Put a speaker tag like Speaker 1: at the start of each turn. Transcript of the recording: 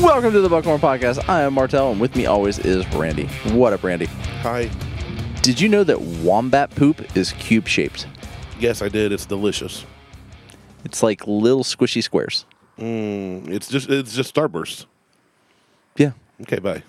Speaker 1: Welcome to the Buckhorn Podcast. I am Martel, and with me always is Randy. What up, Randy?
Speaker 2: Hi.
Speaker 1: Did you know that wombat poop is cube shaped?
Speaker 2: Yes, I did. It's delicious.
Speaker 1: It's like little squishy squares.
Speaker 2: Mm, it's just it's just starburst.
Speaker 1: Yeah.
Speaker 2: Okay, bye.